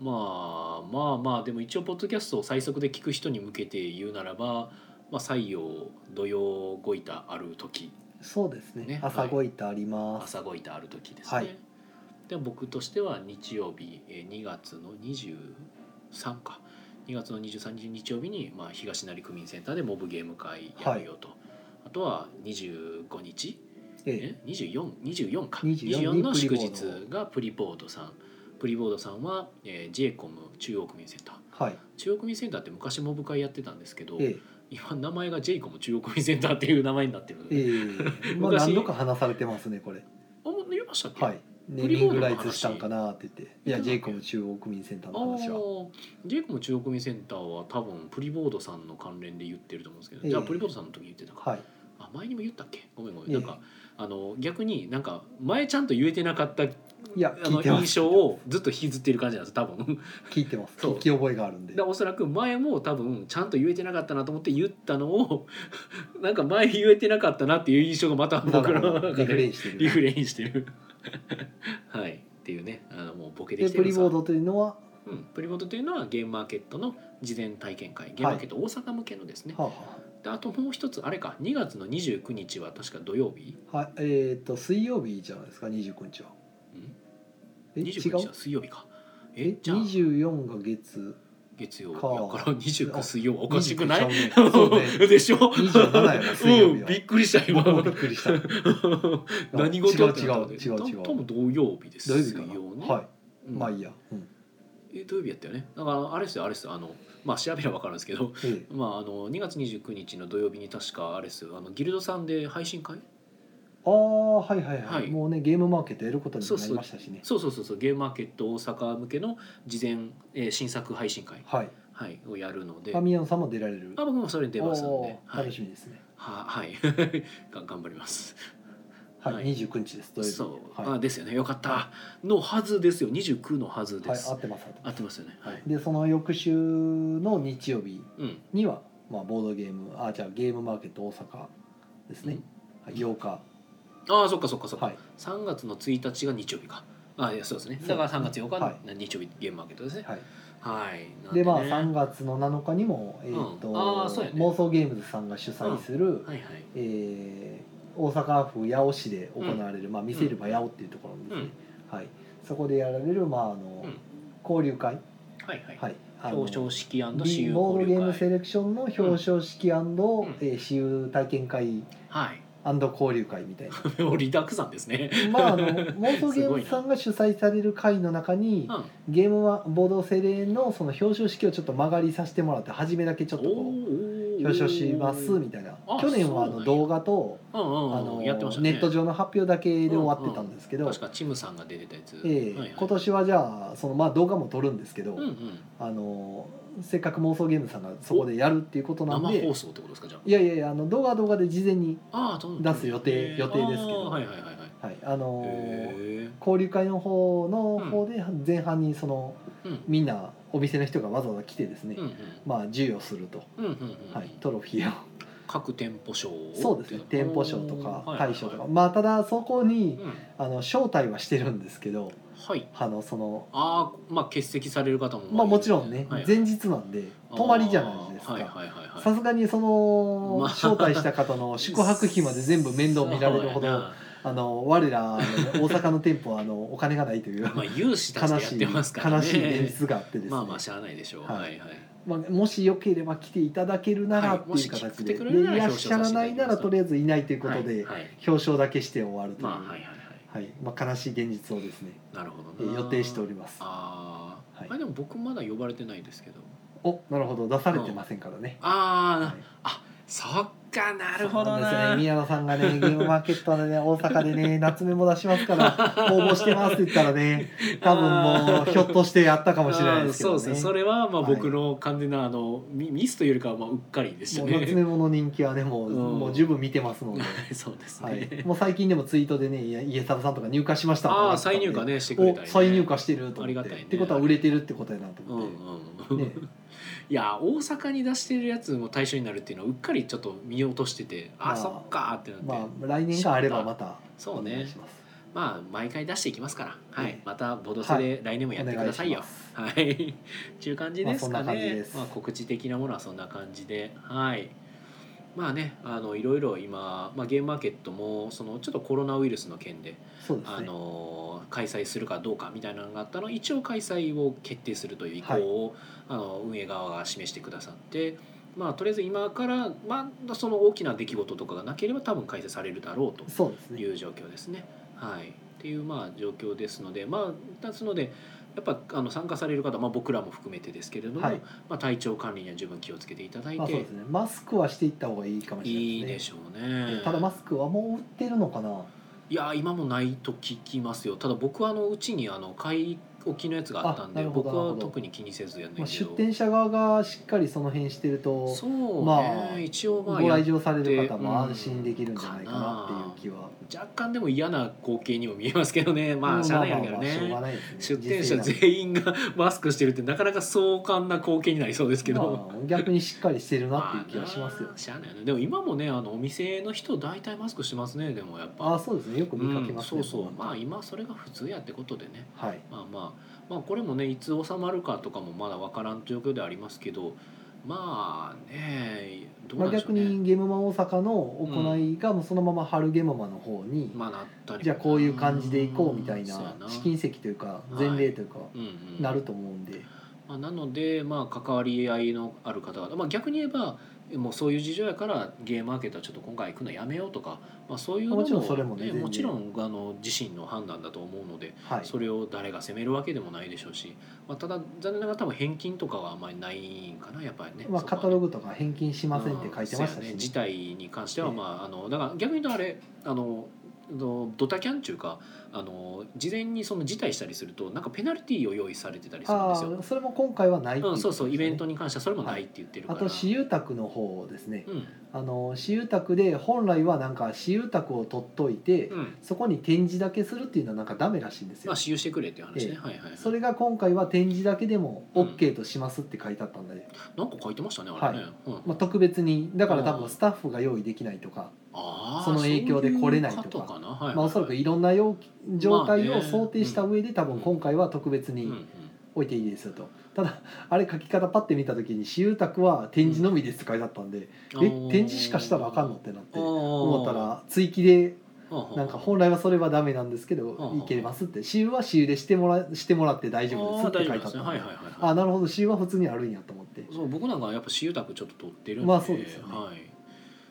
まあまあまあでも一応ポッドキャストを最速で聞く人に向けて言うならばまあ採用土曜ごいたある時
そうですね
ね
朝ごいたあります、
朝ごいたある時ですね、
はい
で僕としては日曜日えー2月の23か2月の23日日曜日に、まあ、東成区民センターでモブゲーム会やるよと、あとは25日
ええ
え2424か
24
24の祝日
にプリボー
がプリボードさんプリボードさんは、えー、ジェイコム中央区民センター
はい
中央区民センターって昔モブ会やってたんですけど、
え
今名前がジェイコム中央区民センターっていう名前になってるの
ええ
で、
えまあ
昔
何度か話されてますねこれ
あもう言いましたっけ、
はいネーミングライツしたんかなって言っていやジェイコム中央区民センター
あ
の話は
ージェイコム中央区民センターは多分プリボードさんの関連で言ってると思うんですけど、
ええ
じゃあプリボードさんの時言ってたか、
はい
あ前にも言ったっけごめんごめん、
ええ
なんかあの逆になんか前ちゃんと言えてなかった
いや
あ
聞
の
いてます
印象をずっと引きずってる感じなんです多分
聞いてます
そう
聞き覚えがあるんで
でおそらく前も多分ちゃんと言えてなかったなと思って言ったのを なんか前言えてなかったなっていう印象がまた僕
なる
の
ほど
中
リフレ
で
インして
リ
る
フレインしてる はいっていうねあのもうボケで
で
きてる
プリボー
ド、
ドというのは
うん、プリボードというのはゲームマーケットの事前体験会ゲームマーケット大阪向けのですね、
は
であともう一つあれか2月の29日は確か土曜日
あはあはいえっと水曜日じゃないですか29日は
ん
え違
29日
う
は水曜日かえ
え
じゃあ
24が月
月曜だ
か
から29水曜おかしくない
29ちゃうねそうね
でしょ
27やな水曜日
うん、
は
びっくりした今
僕もびっくり した
何事
違う違う違う違う
多分土曜日です
土曜日かな
水曜ね
はい
うん
まあいいやうん
え土曜日やったよねだからあれですよあれですよあのまあ調べれば分かるんですけど
ええ
まああの2月29日の土曜日に確かあれですよあのギルドさんで配信会
ああはいはいは
はい
いもうねゲームマーケットやることに
そう
もな
そう
りましたしね
そうそうそうそうゲームマーケット大阪向けの事前、えー新作配信会、
はい
はい、をやるので
ファ
あ
ミヤンさんも出られる
僕もそれに出ますので
お、ー
は
楽
い
しみですね
ははい が頑張ります
はい
はい
29日です土曜日
そう、
は
あですよねよかったのはずですよ29のはず
い
で
はい
す、
合ってます合って
合
ま
ってますよねはい
す、でその翌週の日曜日
うん、
にはまあボードゲームあじゃあゲームマーケット大阪ですねはい8日
ああそっかそっかそっか、
はい
3月の1日が日曜日かああいやそうですね
そう
だから3月8日
は
の日曜日ゲームマーケットですね
はい
はいなん
でまあ
ね
3月の7日にもえっと
うんあーそうやね
妄想ゲームズさんが主催する
はいはい
えー大阪府八尾市で行われる、まあ、見せれば八尾っていうところです
う
ね
ん、
はい、そこでやられる、まああの
うん
交流会、
はいはい、
はい、あの
表彰式私
ビ
有
ボード
交流
ゲーム
会
セレクションの表彰式えー私有体験会
はい
交流会みたいな
盛りだくさんですね
まああの妄想ゲームズさんが主催される会の中に
うん
ゲームはボードセレのその表彰式をちょっと曲がりさせてもらって初めだけちょっとこう
表
表彰します
うんうん
みたいな
あ
去年はあ
そうなん
の
や
動画とあ
うん
の
やってました
ネ
ね
ット上の発表だけで終わってたんですけど、
確かチムさんが出てたやつ、
ええ
はいはい
今年はじゃあそのまあ動画も撮るんですけ
う
ど、
んうん
あのせっかく妄想ゲームさんがそこでやるっていうことなん
生
で
放送ってことですかじゃあ
いやいやいやあの動画は動画で事前に、
ああどん
出す予定
ええ
予定ですけ
あ
ど
あはいはいはいはい
はい、あの
へえ
交流会の方の
うん
方で前半にその
うん
みんなお店の人がわざわざ来てですね、
うん
まあ授与すると、
うんうんうんうん
はい、トロフィーを
各店舗賞を
そうですね店舗賞と
お
か
ー
大賞とか、
はい
まあただそこに
はいはい
あの招待はしてるんですけど
うんはい
あのその
ああまあ欠席される方も
まあもちろんね、
はい
前日なんで泊まりじゃないですか。
はいはいはいはい
さすがにその、
まあ
招待した方 の宿泊費まで全部面倒見られる
そ
ほ
うや
ど
な
あの我らあの大阪の店舗はあのお金がないという
まあ有志たちで
悲
やっ
しい、
てますからね
悲しい現実があってですね、
まあまあしゃあないでしょう、
はい
はいはい
まあもしよければ来ていただけるなら
はい
っていう形で,、
もし来てくれ
で
る
い
なら
らっ
表
しゃ
彰さ
ら
せていただきます
ないならとりあえずいないということで、
はいはい
表彰だけして終わるという、
まあはいはいはい
はいまあ、悲しい現実をですね
なるほ
え
どな
予定しております
あー、
はい
あでも僕まだ呼ばれてないですけど
おなるほど出されてませんからね、
ああ、
はい
そっかなるほど
そう
な
なんですね、宮野さんがねゲームマーケットでね大阪でね夏目も出しますから応募してますって言ったらね多分もうひょっとしてやったかもしれないですけど
あ
ね
ーそうですねそれはまあ
はい
僕の完全なあの、ミミスというよりかはまあうっかりでした
もう
ね
夏目もの人気はねもう,、
うん
もう十分見てますので、
そうですね、
はい、もう最近でもツイートでねいや家サブさんとか入荷しましたとか
あ
な
あ
ってたん
再
で
入荷ねしてくれ
お
たり、ね、
再入荷してると
あ
思
り
っ
が
て、
たいね
ってことは売れてるってことやなと
うん
思
う
って、
ん、
ね
いや大阪に出してるやつも対象になるっていうのはうっかりちょっと見落としててあ、
まあ
そっかーってなって、
まあ来年があればまた
そうね
お願いします
まあ毎回出していきますから、はい
ね
またボドセで来年もやってくださいよ
お願いします。
はい、っていう感じですか
まあそんな感じ
ね
で。す
まあ告知的なものはそんな感じで、はい。まあね、あのいろいろ今、まあゲームマーケットもそのちょっとコロナウイルスの件で、
そうですね
あの開催するかどうかみたいなのがあったの、一応開催を決定するという意向を、あの運営側が示してくださって。まあ、とりあえず今から、まあ、その大きな出来事とかがなければ多分開催されるだろうと
そうですね
いう状況ですね。はい、っていうまあ状況ですので、まあ、ですのでやっぱあの参加される方、まあ、僕らも含めてですけれども、
はい
まあ、体調管理には十分気をつけていただい
まあ、
て、
そうですねマスクはしていった方がいいかもしれないですね
いいでしょうね。
ただマスクはもう売ってるのかない
やー今もないと聞きますよただ僕はあのうちにあの買い置きのやつがあったん
あ
で
なるほ
僕
どなる
は
ほど
特に気にせずやんない
まあ、
け
出
ど、
店者側がしっかりその辺してると
そうね、
まあ
一応ま
ご
あや
来場される方も安心できるんじゃないかなっていう気は、
若干でも嫌な光景にも見えますけどねま
う
あ
ん
しゃあないやろうけど
まあまあまあしょう
ね
がないですね
出店者
実際
全員がマスクしてるってなかなか壮観な光景になりそうですけど、
まあ逆にしっかりしてるな
ま
っていう気がしますよ
あなしゃあないよねでも今もねあのお店の人大体マスクしてますねでもやっ
あ
ぱ
あそうですねよく見かけますね、
うんそうそうまあ
い
今それが普通やってことでね
はい
まあまあまあこれもねいつ収まるかとかもまだ分からん状況ではありますけどまあねどう
ま
な
あ、
んでしょ
逆
うね、
にゲームマン大阪の行いがもうそのまま春ゲームマンの方に、
まあ、なったりも
じゃあこういう感じで行こうみたい
そうや
な試金石というか前例というか
うんうん、
なると思うんで、
まあ、なので、まあ、関わり合いのある方々、まあ、逆に言えばもうそういう事情やからゲームマーケットはちょっと今回行くのやめようとか、まあ、そういうのも,、
もちろんそれもね全然
もちろんあの自身の判断だと思うので、
はい
それを誰が責めるわけでもないでしょうし、まあ、ただ残念ながら多分返金とかはあんまりないんかなやっぱりね。
まあ、
そこ
カ
は
タ
ね
ログとか返金しませんって書いてました
うんそう
し
やね
ね
事態に関しては、
ええ
まあ、あのだから逆に言うとあれあのあのドタキャンっていうかあの事前にその辞退したりするとなんかペナルティーを用意されてたりするんで
あ
すよ
あ。それも今回はないってい
うん、そうそうイベント
に
に関してはそれもないって言ってるか
あ
ら、
と私有宅の方ですね
うん
あの私有宅で本来はなんか私有宅を取っといて、
うん
そこに展示だけするっていうのはなんかダメらしいんです
ま
よ
あ使用してくれっていう話ね、
ええ
はいはいはい
それが今回は展示だけでも
うん
OK としますって書いてあったんで、
なんか書いてましたねあれね、うん
まあ、特別にだから多
うん
分スタッフが用意できないとか、
あー
その影響で来れないとか
そううことかな、はいはい
まあ、おそらくいろんなよう状態
まあ
を
ね
想定した上で多分今回は特別
うんう
に
ん
置いていいですよとただあれ書き方パッて見た時に「私有宅は展示のみです」って書いてあったんで「え展示しかしたらあかんの?」ってなって思
思
ったら追記でな
なん
か本来はそれはダメなんですけど
うん
いけますって私有は私有でしてもらしてもらって大
大
丈夫ですって書いてあっ
です
た
ね
ん
はい
で
はいはいはい
あなるほど私有は普通にあるんやと思って
そう僕なんかはやっぱ私有宅ちょっと取ってるんで、
まあそうですよね
はい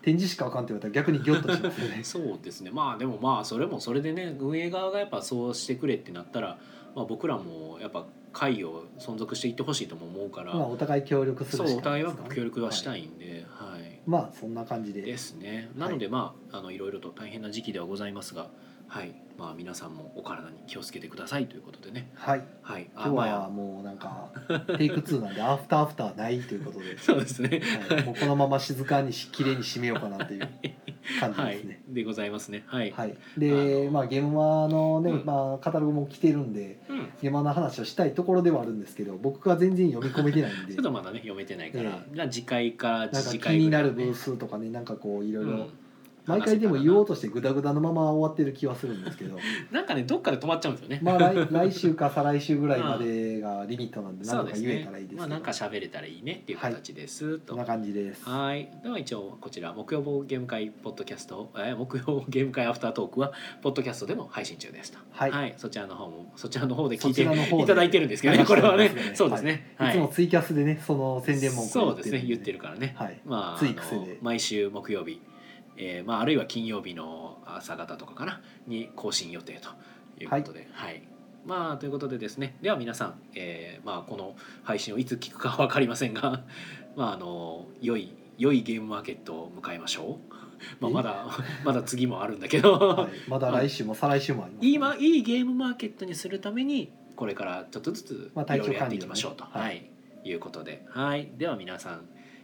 展示しかあかんって言われたら逆にギョッとしますよね
そう ですねまあでもまあそれもそれでね運営側がやっぱそうしてくれってなったら、まあ、僕らもやっぱ会を存続していってほしいとも思うから、
まあお互い協力す
そ
るし
うお
かな
互い
いで
は
すからね
協力はした
はい
んで、はい、
いまあそんな感じで
ですねなのでまああのいろいろと大変な時期ではございますが、はいまあ、皆さんもお体に気をつけてくださいということでね、
はい
はい、あ
今
ま
日
あ、
はもうなんかテイク2なんでアフターアフターないということで
そうですね
はい、もうこのまま静かにし綺麗に締めようかなという感じ
は
です
い
ね。
でございますねはい、
はい、
あ
で
の
まあゲームマのね、
うん
まあ、カタログも来てるんで
うん
ゲームマの話をしたいところではあるんですけど僕が全然読み込めてないんで
ちょっとまだね読めてないから、
え
じゃあ次回から
なん
次
か
次
気
回
に
ぐ
な
らい
る
ね
ブースとかねなんかこういろい
うん
ろ毎回でも言おうとしてグダグダのまま終わってる気はするんですけど
なんかねどっかで止まっちゃうんですよね。
まあ来来週か再来週ぐらいまでがリミットなんで
そ
何
うで
とか
す
言え
ね
たらいいですけ。ど
まあなんか喋れたらいいねっていう形です、
そ
と
んな。感じです。
はいでは一応こちら木曜ゲーム会ポッドキャスト、えー、木曜ゲーム会アフタートークはポッドキャストでも配信中ですと
はい
そちらの方もそちらの方で聞
そ
い
ち
て
らの方で
いただいてるんですけどね
流し
こ
て
れはね
ますよね
そうですね、
いつもツイキャスでねその宣伝文句
そ
を
うですね言ってる
か
からね、
らはい
まあ、
つい癖で
あの毎週木曜日、えーまあ、あるいは金曜日の朝方とかかなに更新予定ということで、はいまあ、ということでですねでは皆さん、えーまあ、この配信をいつ聞くかは分かりませんが、 まあ、あの良い良いゲームマーケットを迎えましょう。 まあ、
え
まだまだ次もあるんだけど、
はいまだ来週も再来週もありますね
今いいゲームマーケットにするためにこれからちょっとずつ
まあ
い
体
ろ
調
いろやっ
管
て
理をね
いきましょうと、
はい
はい、いうことで、はい、では皆さん、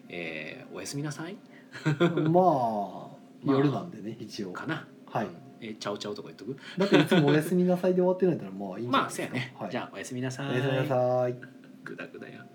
えーおやすみなさい
まあ夜なんでね一応
かな。
はい
うん。えー、ちゃうちゃうとか言っとく。
だっていつもおやすみなさいで終わってるんだったらまあいいんじゃ
ま
ない
あ、
で
そ
す
うや
か
ね。
はい
じゃあ、おやすみなさい。
おやすみなさい
ぐだぐだや。